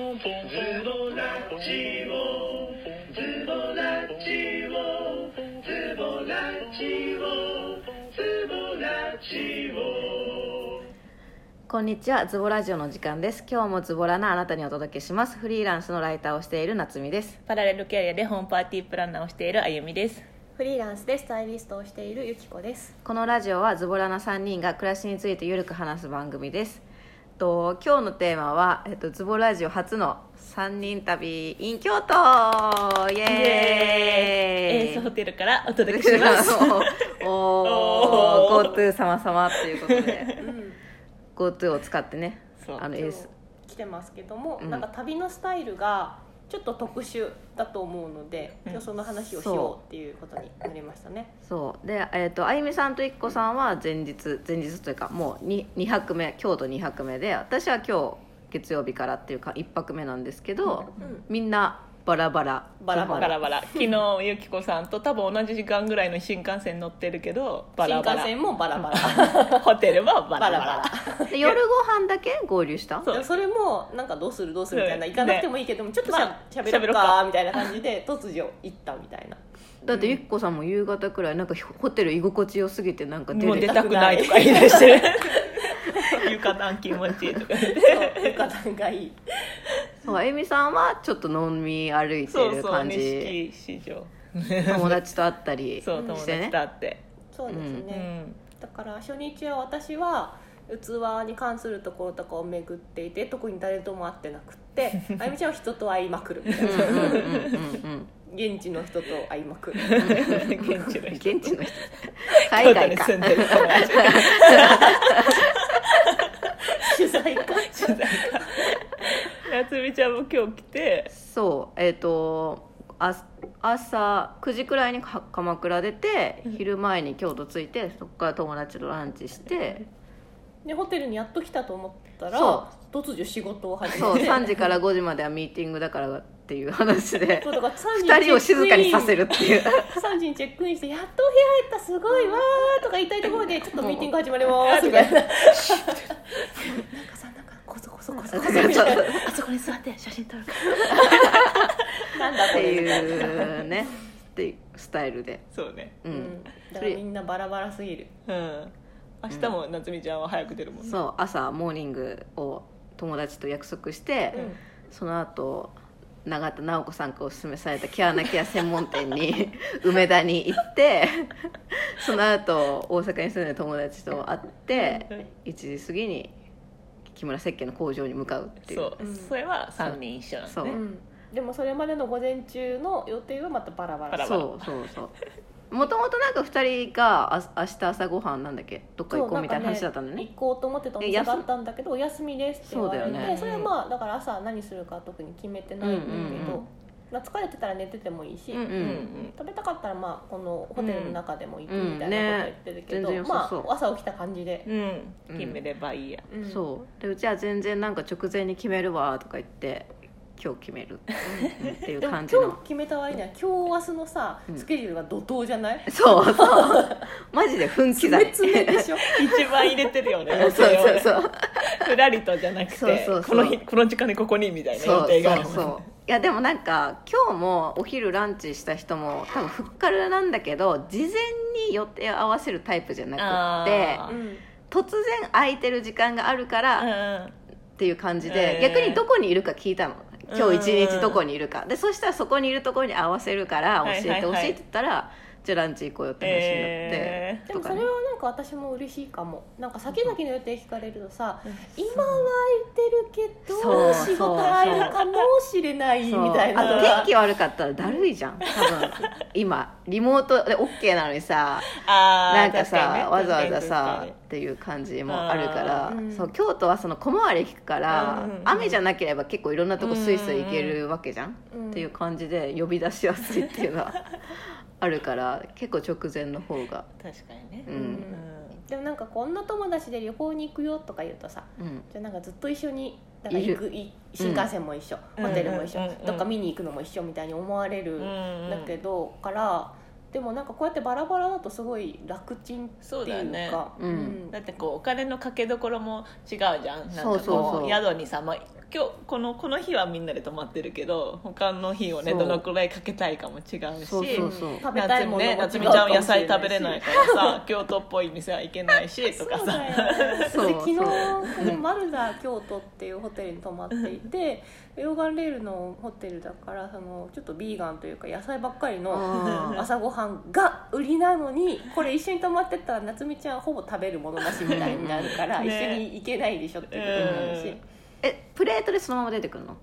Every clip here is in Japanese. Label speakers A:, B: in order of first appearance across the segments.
A: ズボラジオズボラジオズボラジオズボラジオ
B: こんにちはズボラジオの時間です今日もズボラなあなたにお届けしますフリーランスのライターをしている夏美です
C: パラレルキャリアでホームパーティープランナーをしているあゆみです
D: フリーランスでスタイリストをしているゆきこです。
B: このラジオはズボラな3人が暮らしについてゆるく話す番組ですと今日のテーマは、えっと、ズボラジオ初の3人旅 in 京都イエーイ
C: エ ースホテルからお届けします
B: お
C: お
B: お
C: ー
B: GoTo 様様っていうことで
D: うん、
B: GoTo を使ってね
C: そう
B: あのエース
D: 来てますけども、
B: うん
D: なんか旅のスタイルがちょっと特殊だと思うので、
C: うん
D: 今日その話をし
B: そ
D: よ
B: う
D: うっていうことになりましたね。
B: そうで、えー、とあゆみさんといっこさんは前日前日というかもう 2, 2泊目京都2泊目で私は今日月曜日からっていうか1泊目なんですけど、
D: うん
B: みんなバラバラ
D: バラバ
C: バラバラ昨日ゆきこさんと多分同じ時間ぐらいの新幹線乗ってるけどバラバラ
D: 新幹線もバラバラ。
C: ホテルもバラ
D: バ
C: バ
D: ラ
C: ラ
D: バラ。
B: で夜ご飯だけ合流した
C: そう
D: でもそれもなんかどうするどうするみたいな、
C: うん
D: 行かなくてもいいけども、ちょっとしゃ,、
C: まあ
D: べろ
C: 喋ろ
D: う
C: うか
D: かみたいな感じで突如行ったみた いな。
B: だってゆっこさんも夕方くらいなんかホテル居心地よすぎてなんか出
C: もう
B: て
C: 出
B: た
C: たくないとか言い出して床暖気持ちいいとか言って
D: そう浴 衣がいい。
B: そうあゆみさんはちょっと飲み歩いて
C: そう
B: る
C: そう
B: 感じ
C: 錦市場
B: 友達と会ったり
C: そう友
B: してね
C: 達と会って
D: そうです
B: うん
D: ね。
C: うん
D: だから初日は私は器に関するところとかを巡っていて特に誰とも会ってなくって あゆみちゃんは人と会いまくるみたいな
B: うんうんうん
D: 現地の人と会いまくる
C: 現地の
B: うん
C: 人
B: 現地の人海外
C: 京
B: か
C: 都に住んでる友達
D: 取材か
C: 取材か夏美ちゃんも今日来て
B: そうえっ、とあ朝9時くらいにか鎌倉出て昼前に京都着いてそこから友達とランチして
D: でホテルにやっと来たと思ったら
B: そ
D: 突如仕事を始
B: そう
D: めて
B: 3時から5時まではミーティングだからっていう話で
D: そうだから3
B: 2人を静かにさせるっていう
D: 3時にチェックインして「やっとお部屋入ったすごいわー」とか言いたいところで「ちょっとミーティング始まります」み たいななんかさなんかこそこそこそこそみたいな
B: そうそう
D: あそこに座って写真撮るからなんだ
B: っ
D: こ
B: て
D: れみたいな
B: いうねっていうスタイルで
C: そうね
B: う
D: うんん、だからみんなバラバラすぎる
C: うん明日も夏美ちゃんは早く出るもんね
B: そう朝モーニングを友達と約束して、
D: うん
B: その後永田直子さんがおすすめされた毛穴ケア専門店に 梅田に行ってその後大阪に住んでる友達と会って1時過ぎに木村石鹸の工場に向かうっていう
C: そう
D: うん
C: それは3人一緒なん
B: そ
C: だ
B: う
C: ね
D: でもそれまでの午前中の予定はまたバラバ
C: バ
D: ラ
C: ラバラ
B: そうそうそうもともとなんか2人があ明日朝ごはんなんだっけどっか行こうみたいな話だったのね
D: 行こうと思ってたお
B: え
D: 店
B: 休
D: だったんだけどお休みですって言われて
B: そう
D: そ,、
B: だよね
D: れはまあだから朝何するか特に決めてないんだけど、
B: うんうんうん
D: まあ疲れてたら寝ててもいいし、
B: うんう
C: うんうんん
D: 食べたかったらまあこのホテルの中でも行くみたい
B: うんうん
D: な
B: ね
D: こと言ってるけど、
B: 全然良さ
D: ま
B: そう
D: あ朝起きた感じで、
C: うん
B: うん
C: 決めればいいや
D: うん
B: そうでうちは全然なんか直前に決めるわとか言って今日決めるうんうんっていう
D: でも今
B: 感
D: 日
B: じの
D: 決めた割には今日明日のさ
B: うん
D: スケジュールが怒涛じゃない、
B: そうそう マジで分刻み
D: 詰 めでしょ
C: 一番入れてるよね
B: そうそうそう
C: ふらりとじゃなく
B: そう
C: て
B: そうそう
C: この日この時間にここにみたいな
B: そ
C: 予
B: う
C: 定が
B: そ
C: ある
B: う
C: もん
B: そういやでもなんか今日もお昼ランチした人も多分ふっからなんだけど事前に予定を合わせるタイプじゃなくって
C: あ
D: うん
B: 突然空いてる時間があるから、
C: うん
B: っていう感じで、
C: えー
B: 逆にどこにいるか聞いたの今日一日どこにいるか、でそしたらそこにいるところに合わせるから
C: はいはい
B: 教えて
C: はい
B: ほしいって言ったら、じゃあランチ行こうよって話になって、
C: え
D: でもそれはなんか私も嬉しいかもなんか先々の予定聞かれるとさ
C: うん
D: 今は空いてるけ
B: そう
D: ど
B: そう
D: 仕事入るかもしれないみ
B: そう
D: たい
B: あと
D: な
B: 天気悪かったらだるいじゃん多分今リモートで OK なのにさ
C: あー
B: なんか
C: 確に
B: さ
C: ね
B: わざわざ
C: 確
B: さ
C: かに
B: っていう感じもあるから、
D: あーうん
B: そう京都はその小回り引くから、
C: うんうんうん
B: 雨じゃなければ結構いろんなとこスイスイ行けるわけじゃん、
D: うん
B: っていう感じで呼び出しやすいっていうのはあるから結構直前の方が
C: 確かにね
B: う
D: うん
B: ん
D: でもなんかこんな友達で旅行に行くよとか言うとさ
B: うん
D: じゃあなんかずっと一緒になんか行くい新幹線も一緒、
C: うん
D: ホテルも一緒、
C: うんうんうん
D: どっか見に行くのも一緒みたいに思われる
C: うんん
D: だけど、からでもなんかこうやってバラバラだとすごい楽ちんっていうか
C: そうだよね
B: うん
C: だってこうお金のかけどころも違うじゃんなんかこ
B: そ
C: う
B: うそうそう
C: 宿にさ、まあ、今日このこの日はみんなで泊まってるけど他の日をね
B: そう
C: どのくらいかけたいかも違うし
B: そうそうそう
D: 食べたいものも違うか
C: 夏美
D: もしれない
C: ち
D: し
C: ゃんは野菜食べれないからさ京都っぽい店は行けないしとか
D: そう
C: さ
D: だよね
B: そう
D: で昨日
B: そう
D: このマルダ京都っていうホテルに泊まっていて溶岩レールのホテルだからそのちょっとビーガンというか野菜ばっかりの
B: あー
D: 朝ごはんが売りなのにこれ一緒に泊まってったら夏美ちゃんはほぼ食べるものなしみたいになるから一緒
C: ね
D: に行けないでしょっていうことになるし
C: うん。
B: えプレートでそのまま出てくるの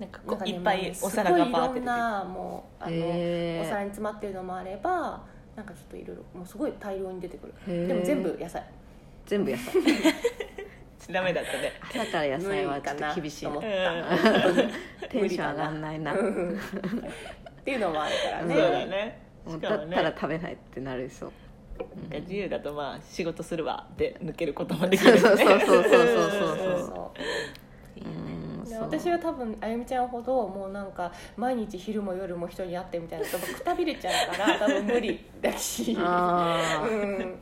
C: なんか
D: な
C: こ
D: んか
C: う
D: ね
C: いっぱいお皿がバーって
D: もうすご
C: 出て
D: いいろん
C: くる
D: なもうあの、
B: へー
D: お皿に詰まってるのもあればなんかちょっといろいろもうすごい大量に出てくる
B: へー
D: でも全部野菜
B: 全部野 菜
C: ダメだったね
B: 朝から野菜はちょっと厳しいな テ
C: うん
D: 無理か
B: ンション上がんないなも
D: うんっていうのもあるから
C: そ
D: ね
C: うだねし
B: う
C: か
B: だ
C: も
B: っ
C: ね
B: たら食べないってなりそう
C: なんか自由だとまあ仕事するわって抜けることもでき
B: そう
C: る
B: そうそうそうそう
D: そう
B: そう
D: そう
B: うーん
D: で
B: そう
D: 私は多分あゆみちゃんほどもうなんか毎日昼も夜も人に会ってみたいなとくたびれちゃう から多分無理だし
B: あ
D: う
B: ー
D: ん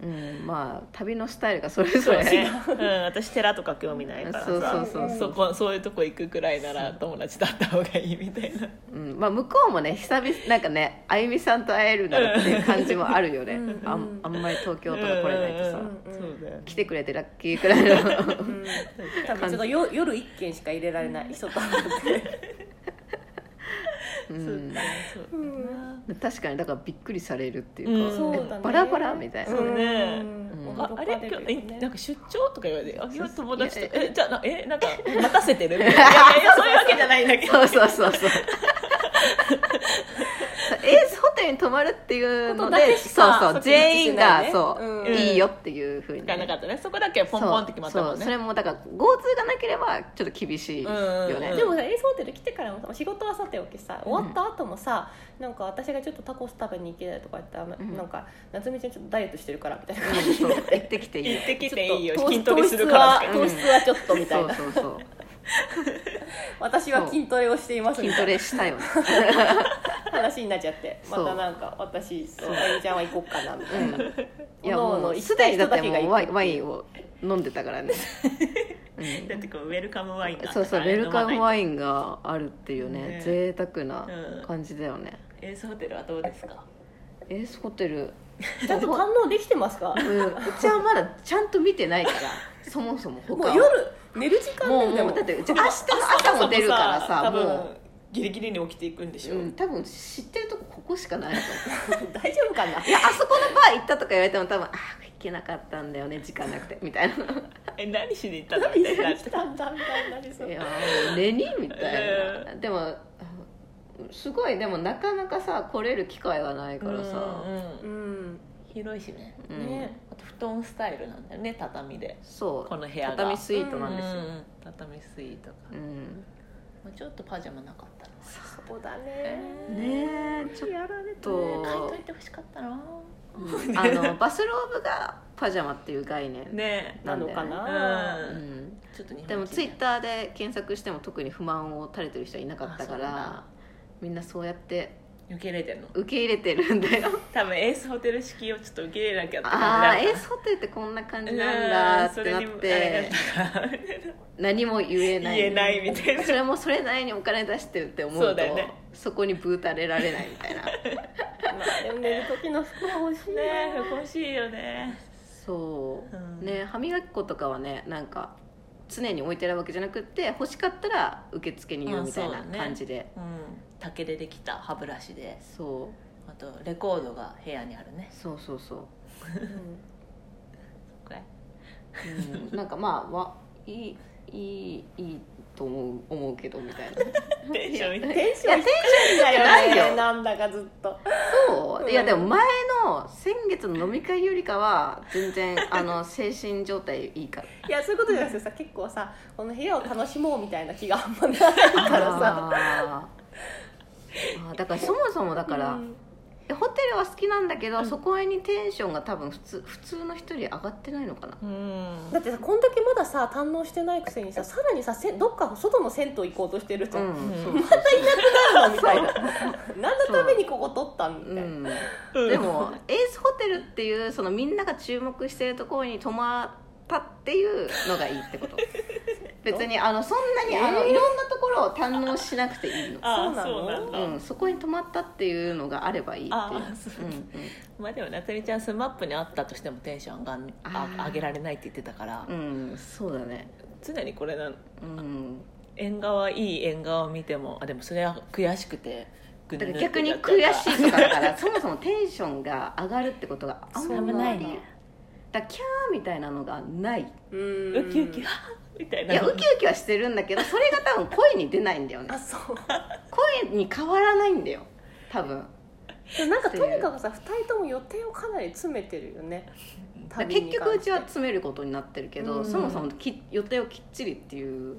B: うんまあ旅のスタイルがそれぞ
C: そう
B: れ
C: ね、うん、私寺とか興味ないからさ
B: そうそうそう
C: そこそういうとこ行くくらいなら友達だった方がいいみたいな
B: うんまあ、向こうもね久々なんかねあゆみさんと会えるならっていう感じもあるよね
D: うん
B: あんあんまり東京とか来れないとさ、
C: うん
D: うん
C: そうだよね
B: 来てくれてラッキーくらいの
D: うん多分ちょっとよ夜一軒しか入れられない人 と会って
B: うん
C: そう
D: うん
B: 確かにだからびっくりされるっていうか、
C: うん
D: そうだね
B: バラバラみたいな、
C: そうね
D: うん
C: ああれ
D: 驚か
C: 今日
D: るよ
C: え
D: ね
C: なんか出張とか言われて「あ今日友達と
B: いや
C: えじゃあなえなんか待たせてる?」 みたいな「いやいやそういうわけじゃないんだけど
B: そうそうそうそうエースホテルに泊まるっていうの
D: ことだ
B: で
D: けしか
B: そうそう全員
D: そっちにし
B: が
D: ないね
B: そう、
D: うん
B: いいよっていうふうに、」
C: がなかったねそこだけポンポンって決まったもん
B: そうそう
C: ね
B: それもだから GoTo がなければちょっと厳しいよね、
C: うん
D: でもさエースホテル来てからもさ仕事はさておきさ終わった後もさ、なんか私がちょっとタコス食べに行けないとか言ったら、
B: ん
D: なんか夏美ちゃんちょっとダイエットしてるからみたいな感じ
B: そう行ってきていいよ
C: 行ってき
D: ちょっと
C: ていいよ
D: 糖
C: 筋トレするか
D: 糖
C: ら
D: 質は糖質はちょっとみたいな、
B: そうそうそう
D: 私は筋トレをしていますみ
B: 筋ト
D: たいな
B: レしたよね
D: 話になっちゃってま
B: そう
D: たなんか私とあゆみちゃんは行こうかなみたいな、
B: いや
D: おのおの
B: もう
D: 行
B: す
D: きた
B: で
D: い
B: にだ
D: 人
B: っ
D: だ
B: て
D: け
B: も
D: が行
B: うワイ
D: く
B: ンワインを飲んでたからね、
C: だってこうウェルカムワイン
B: う
C: が
B: ん、そうそうウェルカムワ
C: イン
B: インがあるっていうね
C: ね
B: 贅沢な感じだよね、
C: エースホテルはどうですか
B: エースホテル
D: ちゃんと堪能できてますか
B: うんうちはまだちゃんと見てないからそもそも他
D: もう
B: は
D: 夜寝る時間
B: も
D: で
B: う
D: も
B: もうだってうち明日の朝も出るからさ
C: 多分
B: も
C: ギリギリに起きていくんでし
B: う、
C: ょ、
B: うん、多分知ってるとこここしかないと思う
D: 大丈夫かな い
B: やあそこのバー行ったとか言われても多分ああ行けなかったんだよね時間な くてみたいな
C: え何しに行ったのみたい にな
D: 何
C: っ
D: してたんだみたいになりそう
B: いやー寝にみたいな、でもすごいでもなかなかさ来れる機会がないからさ、
C: うんう
D: うんん
C: 広いしね
B: うん
D: ね、
C: あと布団スタイルなんだよね畳で
B: そう
C: この部屋が
B: 畳スイートなんですよ、
C: うん畳スイートか、
B: うん
C: まあ、ちょっとパジャマなかったな
D: そうだね
B: ねえちょっ
D: やられた
B: と
C: 買いといてほしかったな
B: うんあのバスローブがパジャマっていう概念、
C: ね
D: なのか
C: う
D: な、
B: うんん、
C: ちょっと日本
B: でも
C: 人
B: ツイッターで検索しても特に不満を垂れてる人はいなかったか
C: あそうなん
B: ら
C: だ
B: みんなそうやって
C: 受け入れてんの
B: 受け入れてるんだ よ
C: 多分エースホテル式をちょっと受け入れなきゃって感じ
B: ああ
C: だ
B: エースホテルってこんな感じなんだってなって何も言えない
C: 言えないみたいな
B: それもそれなりにお金出してるって思う
C: そ
B: と
C: うだよね
B: そこにブータれられないみたい な
D: まあでも寝る時の服は欲しいな
C: ね欲しいよね
B: そう、
C: うん
B: ね歯磨き粉とかはねなんか常に置いてあるわけじゃなくって欲しかったら受付に言うみたい
C: あ
B: な
C: そうね
B: 感じで、
C: うん竹でできた歯ブラシで
B: そう
C: あとレコードが部屋にあるね
B: そうそうそう
D: うん
C: これ
B: うんなんかまあわいいいいいいと思う思うけどみ たいな
C: テンションみたい
D: テンション低いんだよ
B: ない
D: ね
B: よ
D: なんだかずっと
B: そういやでも前の先月の飲み会よりかは全然あの精神状態いいから
D: いやそういうことじゃなくてさ結構さこの部屋を楽しもうみたいな 気があんまないからさ
B: あーあーだからそもそもだから、
D: うん
B: えホテルは好きなんだけど、そこにテンションが多分普通普通の人より上がってないのかな
C: うん
D: だってさこんだけまださ堪能してないくせにささらにさせどっか外の銭湯行こうとしてるじ
B: う
D: ゃ
B: ん、
D: ん、
C: うん
B: そうそう
D: なんだみたいな何のためにここ取ったんみ
B: う
D: たいな、
B: ん、
C: うん、
B: でもエースホテルっていうそのみんなが注目してるところに泊まったっていうのがいいってこと別にあのそんなに、
D: えー
B: あのいろんなところを堪能しなくていいの
C: ああ
D: そ
C: そうう
D: な
C: な
D: の
C: んだ、
B: うん、そこに泊まったっていうのがあればいいっていう
C: あーそう
B: うんうん
C: まあでも夏美ちゃんスマップにあったとしてもテンション上がんあ
B: あー
C: 上げられないって言ってたから、
B: うん、そうだね。
C: 常にこれなの
B: うん。
C: 縁側いい縁側を見てもあでもそれは悔しくてぐ
B: だ
C: ぬ
B: か
C: ぬっ
B: ら
C: て
B: 逆に
C: やっちゃう
B: 悔しいとかだから、そもそもテンションが上がるってことがあん
C: それも
B: ま
C: ない
B: り。
C: ね
B: だからキャーみたいなのがない。い
D: うん
C: ウキウキはみたいな
B: や、ウキウキはしてるんだけど、それが多分声に出ないんだよね
D: あ。そう
B: 声に変わらないんだよ。多分。
D: でもなんかとにかくさ2人とも予定をかなり詰めてるよね
B: だから結局うちは
D: 旅に関して
B: 詰めることになってるけ
D: う
B: ど、
D: ん
B: そもそもき予定をきっちりっていう。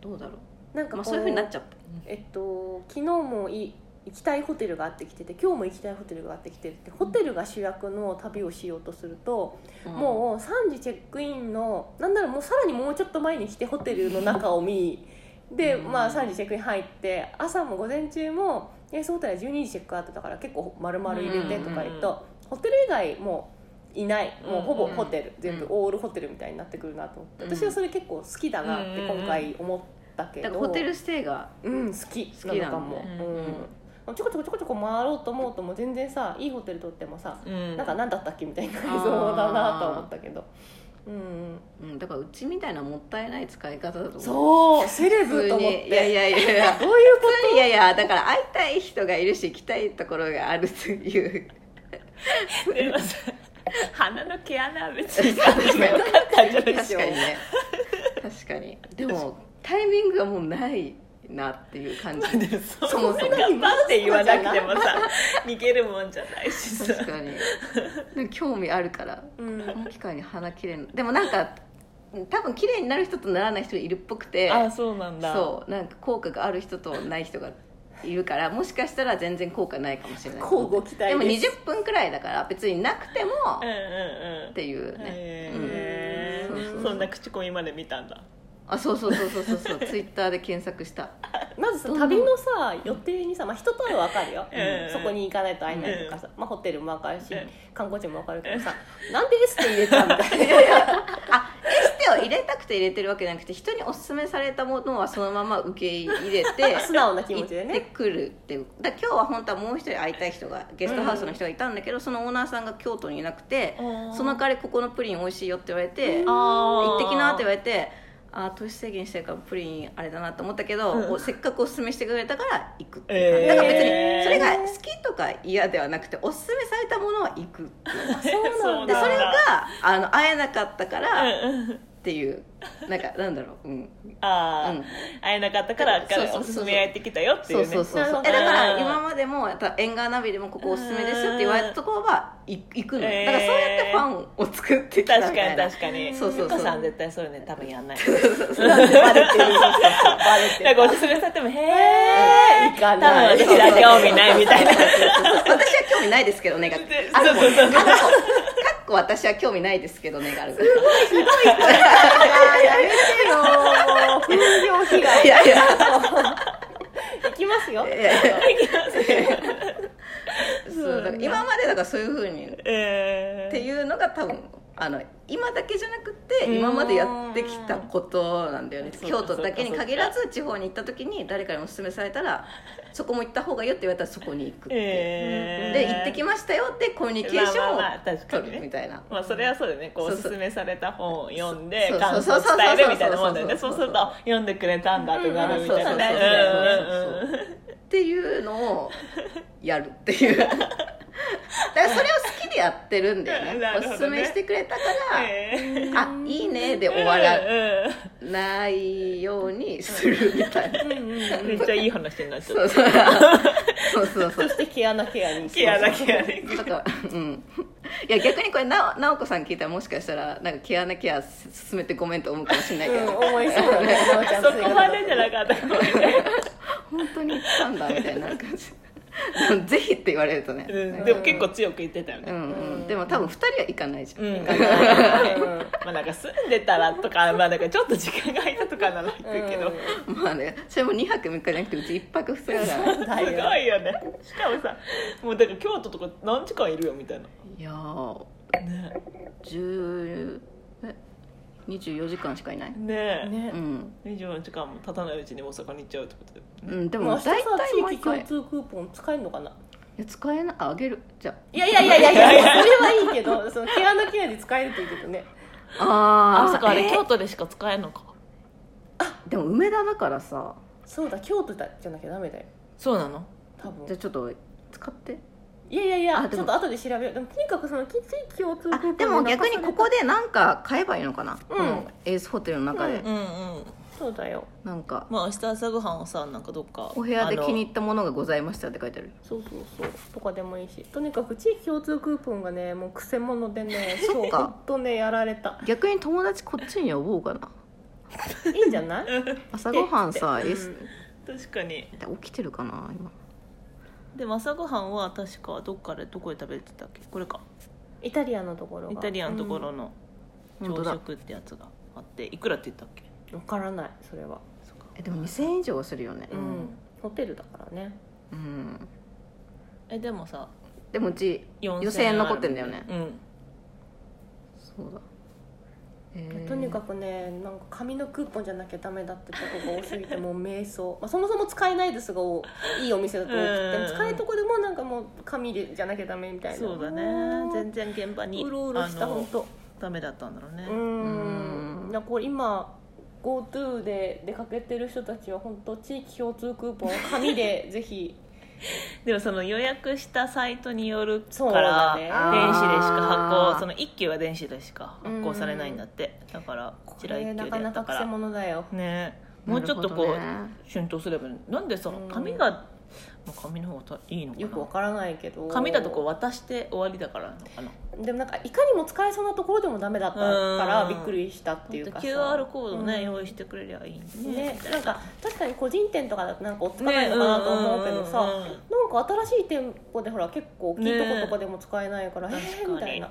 B: どうだろ
D: なん
B: う。
D: か
B: ま
D: こ
B: あ、そういう風になっちゃった。
D: えっと昨日もい行きたいホテルがあってきてて今日も行きたいホテルがあってきてるってホテルが主役の旅をしようとすると、もう3時チェックインのなんならもうさらにもうちょっと前に来てホテルの中を見で、
C: うん
D: まあ、3時チェックイン入って朝も午前中もえそうホテルは12時チェックアウトだから結構丸々入れてとか言うと、
C: うん
D: ホテル以外もういないもうほぼホテル、全部
B: うん
D: オールホテルみたいになってくるなと思って、
B: うん
D: 私はそれ結構好きだなって今回思ったけ
B: う。だ
D: ど、
B: からホテルステイが。
D: うん好き
B: 好きなの
D: かも
B: ね
C: うん
D: うんちょこちょこちょこちょこ回ろうと思うともう全然さいいホテル取ってもさ
C: うん
D: なんか何だったっけみたいな
B: あー
D: そうだなと思ったけどうん
B: うん、だからうちみたいなもったいない使い方だと思う。
D: そうセレ
B: 普
D: ブ
B: 通
D: と思っ
B: に
D: て
B: いやいやいやいや
D: どういうこ
B: いやいやだから会いたい人がいるし行きたいところがあるという
C: でもさ鼻の毛穴は別に よかったんじゃないで
B: 確
C: す
B: か
C: か
B: にね確かにでもタイミングがもうないなっていう感じ
C: でも
B: そもそも
C: 頑張って言わなくて もさ逃げるもんじゃないしさ
B: 確かにでも興味あるから
D: とうん
B: この機会に鼻きれいなでもなんか多分綺麗になる人とならない人がいるっぽくて
C: あそうなんだ
B: そうなんか効果がある人とない人がいるからもしかしたら全然効果ないかもしれない
D: 交互期待
B: でも
D: です
B: 20分くらいだから別になくても
C: うんうんうん
B: っていうね、
C: へ
B: うんそうそう
C: ー
B: そう
C: そんな口コミまで見たんだ
B: あそうそうそうそうそう そうツイッターで検索した
D: まずさ
B: どんな
D: 旅のさ予定にさ、まあ、人とは分かるよ、
C: うん
D: そこに行かないと会えないとかさ、まあ、ホテルも分かるし、
C: うん
D: 観光地も分かるけどさ、なんでエステ入れたんだいな
B: あエステを入れたくて入れてるわけじゃなくて人におすすめされたものはそのまま受け入れ て
D: 素直な気
B: 行
D: 持
B: っ
D: ちで
B: て
D: ね
B: くるっていうだから今日は本当はもう一人会いたい人がゲストハウスの人がいたんだけど、そのオーナーさんが京都にいなくてその代わりここのプリン美味しいよって言われて行
C: 行
B: ってきなって言われてあー糖質制限してるからプリンあれだなと思ったけど、
C: うん
B: おせっかくおすすめしてくれたから行くって
C: え
B: いうだ
C: ー
B: から別にそれが好きとか嫌ではなくておすすめされたものは行くっていう
D: そうなん
B: で
D: だ
B: それがあの会えなかったからっ
C: うんうん
B: ていうなんかなんだろううん
C: ああ、
B: うん
C: 会えなかったから
B: そうそうそうそう
C: おすすめ焼いてきたよって
B: そうう
C: いね
B: そうそう
D: なる
B: そ
D: ほ
B: う
D: ど
B: えだから今までも縁側ナビでもここおすすめですよって言われたところ はい行くのよ
C: えー
B: だからそうやってファンを作ってきたみ
C: 確か
B: たい
C: に
B: な
C: 確かに
B: そうそうそう
C: ゆかさん絶対そういうの多分やんない
B: バレてる
C: なんかおすすめされても「へえ」
D: 行か
C: 多分
D: ない
C: 私は興味ないみたいな
B: 私は興味ないですけどねがあ
C: で
B: あ
C: そうそうそう
B: かっこかっこ私は興味ないですけどねがある
D: やめてよ風評被 害
B: いやい や
D: 行きますよ
B: いやいやそうだから今までだからそういうふうに
C: え
B: って
C: う
B: いうのが多分あの今だけじゃなく
C: うん
B: て今までやってきたことなんだよね
C: そうか
B: 京都だけに限らず地方に行った時に誰かにおすすめされたらそこも行った方がいいよって言われたらそこに行くっていう、
C: え
B: で行ってきましたよってコミュニケーションを
C: まあまあまあ確かに
B: 取
C: ね
B: るみたいな。
C: まあそれはそうだよねこう
B: そう
C: お
B: そう
C: すすめされた本を読んで
B: そう
C: 感想
B: そう
C: を
B: そうそう
C: 伝えるみたいなもんだよね
B: そ
C: そうう
B: そうそうそう
C: するとあ読んでくれたんだってなるみたいなね
B: うん
C: うんうんうん
B: っていうのをやるって いうだからそれを好きでやってるんだよね
C: なるほど
B: お
C: ね
B: すすめしてくれたから、
C: ええ
B: あいいねで終わら
C: うん
B: ないようにするみたいな、
C: うんめっちゃいい話になっちゃ
B: そ
C: っ
B: う
C: た
B: そうそうそうそう
D: そして毛穴ケアに行き
C: ケ
D: ま
C: ア
D: しょ
C: だ
D: う
C: ケアだ
B: だからうんいや逆にこれなお直子さん聞いたらもしかしたらなんかケアなケア進めてごめんと思うかもしれないけ
D: うん
B: ど、
D: 思いそうだねまおちゃん
C: そこまでじゃなかったごめんね
B: 本当に言ったんだみたいになる感じでもぜひって言われるとね、
C: うんでも結構強く言ってたよ
B: う
C: ね
B: んうん、でも多分2人は行かないじゃん、
C: うんま
D: うん
C: あなんか住んでたらとかまあなんかちょっと時間が空いたとかなら行くけど
B: まあねそれも2泊3日じゃなくてうち1泊2日だから
D: うん
C: すごいよねしかもさもうだから京都とか何時間いるよみたいない
B: やー
C: ね
B: 10え24時間しかいない、
C: ね
D: ね
B: うん
C: え24時間も経たないうちに大阪に行っちゃうってことだよ
B: う
C: ね
B: ん、で
D: でも
B: も
D: 明日さ
B: 大体
D: 地
B: 毎
D: 域共
B: 回
D: 通クーポン使えるのかない
B: や使えないああげるじゃ
D: いやいやいやいやいやそれはいいけどその毛穴ケアで使えるといいけどね
B: ああ
C: あ
B: ー
C: そっかあれ
B: え
C: 京都でしか使えんのか
B: でも梅田だからさ
D: そうだ京都だじゃなきゃダメだよ
C: そうなの
D: 多分
B: じゃあちょっと使って
D: いやいやいや
B: あ
D: ち
B: で
D: ょ
B: も
D: っと後で調べようでもとにかくその地域共通クーポ
B: あ
D: ン
B: でも逆にここでなんか買えばいいのかな、
D: うん
B: このエースホテルの中で、
D: うん
C: うんうん
D: そうだよ
B: なんか
C: まあ明日朝ごはんをさなんかどっか
B: お部屋で気に入
C: あ
B: ったものがございましたって書いてある
D: そうそうそうとかでもいいしとにかく地域共通クーポンがねもうくせ者で ね
B: そっか
D: ほんとねやられた
B: 逆に友達こっちに呼ぼうかない
D: いんじゃない、う
B: 朝ごはん さエース
D: ん
C: の確かに
B: 起きてるかな今
C: でも朝ごはんは確かどっかでどこで食べてたっけこれか
D: イタリアンのところが
C: イタリアンのところの
B: 本
C: 朝
B: 当だ
C: 食ってやつがあっていくらって言ったっけ
D: 分からないそれは
C: そっか
B: えでも2000円以上はするよね
D: う
C: うん
D: ん、ホテルだからね
B: うん
C: えでもさ
B: でもうち
C: 4000
B: 予選残ってんだよね
C: あるうん
B: そうだえー
D: とにかくねなんか紙のクーポンじゃなきゃダメだってとこが多すぎてもう迷走、まあ、そもそも使えないですが多いいいお店だと多く
C: う
D: て
C: ん
D: 使えるとこでもなんかもう紙でじゃなきゃダメみたいな
C: そうだ
D: も
C: ね
D: う
C: 全然現場に
D: うろうろした
C: あの
D: 本当
C: ダメだったんだろうね
D: う
B: うんん
D: なんかこれ今 GoTo で出かけてる人たちは本当地域共通クーポンを 紙でぜひ
C: でもその予約したサイトによる
D: そう
C: か
D: だ
C: ら、
D: ね
B: あー
C: 電子でしか発
B: あ
C: 行
B: ー
C: その1級は電子でしか発行されないんだってだからこ
D: こ
C: ちら
D: れ
C: 1
D: な
C: 級
D: か
C: でや
D: な
C: った
D: か
C: か
D: くせ
C: ら
D: 者だよ
C: ねも
B: な
C: う
B: る
C: ちょ
B: ほ
C: っ
B: ど
C: とこ
B: ね
C: う浸透すればいいのになんでさ
D: うん
C: 紙が、まあ紙の方がいいのかな
D: よくわからないけど
C: 紙だとこう渡して終わりだからなのかな
D: でもなんかいかにも使えそうなところでもダメだったから
C: うん
D: びっくりしたっていうかさ
C: QR コードね、
D: うん
C: 用意してくれりゃいいんでね
D: ね、なんか確かに個人店とかだとなんかおっつかないのかなと思うけどさ、
C: ねうんうんうんうん
D: なんか新しい店舗でほら結構大きいとことかでも使えないから、
C: ね
D: えー、みたいな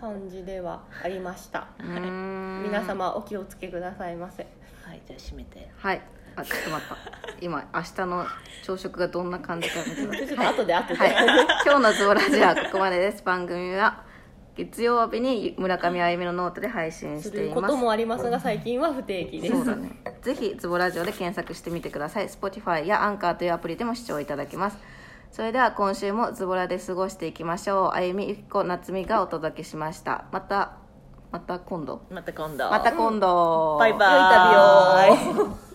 D: 感じではありました
B: うーん
D: 皆様お気をつけくださいませ
C: はいじゃあ閉めて
B: はいあちょっと待った今明日の朝食がどんな感じか見てください
D: ちょっと後で後で、
B: はい、今日のズボラジはここまでです。番組は月曜日に村上あゆみのノートで配信
D: す
B: して
D: る
B: い
D: こ
B: ます。
D: ともありますが最近は不定期です
B: そうだね。ぜひズボラジオで検索してみてください。Spotify やアンカーというアプリでも視聴いただけます。それでは今週もズボラで過ごしていきましょう。あゆみゆきこなつみがお届けしました。またまた今度。
C: また今度
B: また今度。
C: バイバーイ
D: 良い旅を